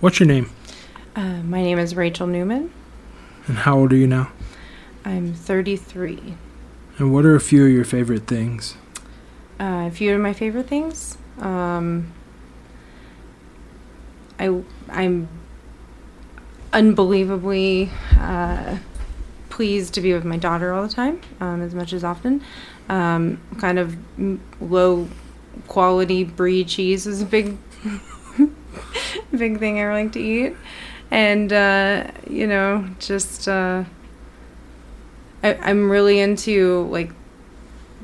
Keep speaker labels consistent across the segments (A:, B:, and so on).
A: What's your name
B: Uh, my name is Rachel Newman.
A: and how old are you now?
B: I'm 33.
A: And what are a few of your favorite things?
B: Uh, a few of my favorite things. Um, I I'm unbelievably uh, pleased to be with my daughter all the time, um, as much as often. Um, kind of m- low quality brie cheese is a big big thing I like to eat, and uh, you know just. Uh, I, I'm really into like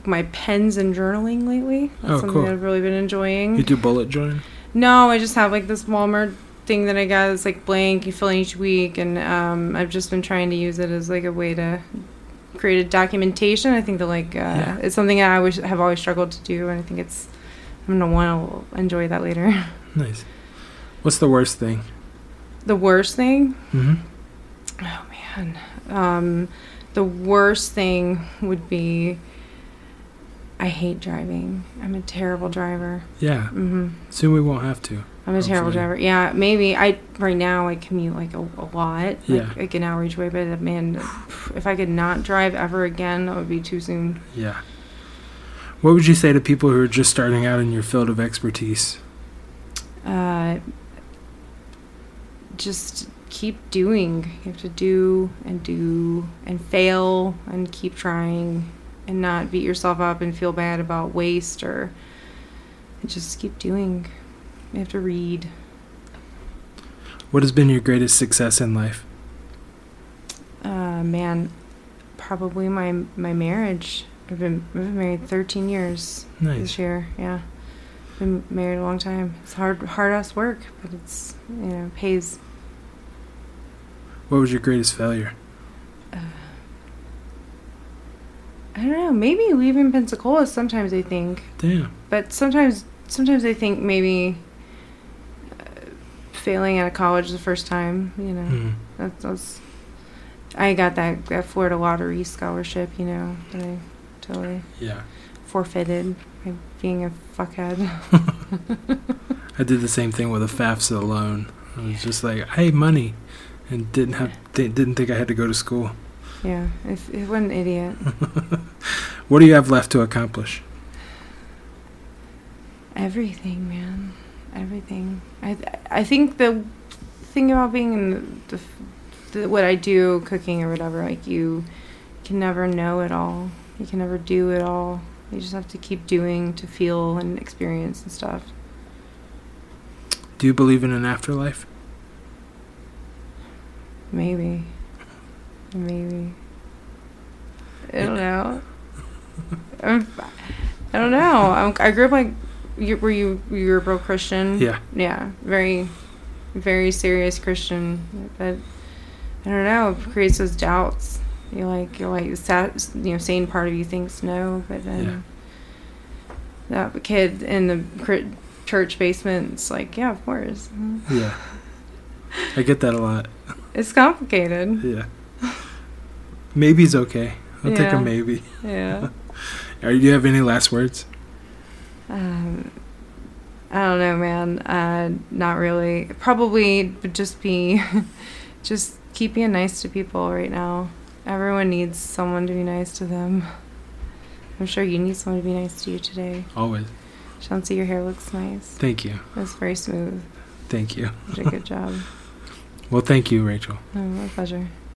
B: my pens and journaling lately. That's
A: Oh,
B: something
A: cool.
B: I've really been enjoying.
A: You do bullet journaling.
B: No, I just have like this Walmart thing that I got that's like blank, you fill in each week, and um, I've just been trying to use it as like a way to create a documentation. I think that like uh,
A: Yeah.
B: it's something that I always have always struggled to do, and I think it's I'm gonna want to enjoy that later.
A: Nice. What's the worst thing?
B: the worst thing,
A: hmm
B: oh man, um, the worst thing would be I hate driving. I'm a terrible driver.
A: Yeah.
B: hmm
A: Soon we won't have to.
B: I'm a terrible
A: Hopefully.
B: driver. Yeah, maybe I right now I commute like a, a lot,
A: Yeah.
B: like, like an hour each way. But man, if I could not drive ever again, that would be too soon.
A: Yeah. What would you say to people who are just starting out in your field of expertise?
B: Uh, just keep doing. You have to do and do and fail and keep trying and not beat yourself up and feel bad about waste or just keep doing. You have to read.
A: What has been your greatest success in life?
B: Uh, man, probably my my marriage. I've been, I've been married 13 years
A: Nice.
B: this year. Yeah, been married a long time. It's hard hard ass work, but it's you know pays.
A: What was your greatest failure?
B: I don't know. Maybe leaving Pensacola. Sometimes I think,
A: Damn.
B: but sometimes sometimes I think maybe uh, failing out of college the first time. You know,
A: Mhm.
B: that's, that's I got that that Florida lottery scholarship. You know, that I totally
A: Yeah.
B: forfeited by being a fuckhead.
A: I did the same thing with a FAFSA loan. I was just like, "Hey, money," and didn't have th- didn't think I had to go to school.
B: Yeah, if, if what an idiot.
A: What do you have left to accomplish?
B: Everything, man, everything. I I think the thing about being in the, the, what I do, cooking or whatever, like you can never know it all. You can never do it all. You just have to keep doing to feel and experience and stuff.
A: Do you believe in an afterlife?
B: Maybe, maybe. I don't know. I'm, I don't know. I'm, I grew up like. You, were you you were a broke Christian?
A: Yeah.
B: yeah, very, very serious Christian. But I don't know, it creates those doubts. You like, you're like, sat, you know, sane part of you thinks no, but then that kid in the cri- church basement's like, yeah, of course.
A: Yeah. I get that a lot.
B: It's complicated.
A: Yeah. Maybe's okay. I'll take a
B: Yeah.
A: maybe.
B: Yeah.
A: Are, do you have any last words?
B: Um, I don't know, man. Uh, not really. Probably would just be, just keep being nice to people right now. Everyone needs someone to be nice to them. I'm sure you need someone to be nice to you today.
A: Always.
B: Chauncey, your hair looks nice.
A: Thank you.
B: It's very smooth.
A: Thank you.
B: You did a good job.
A: Well, thank you, Rachel.
B: Oh, my pleasure.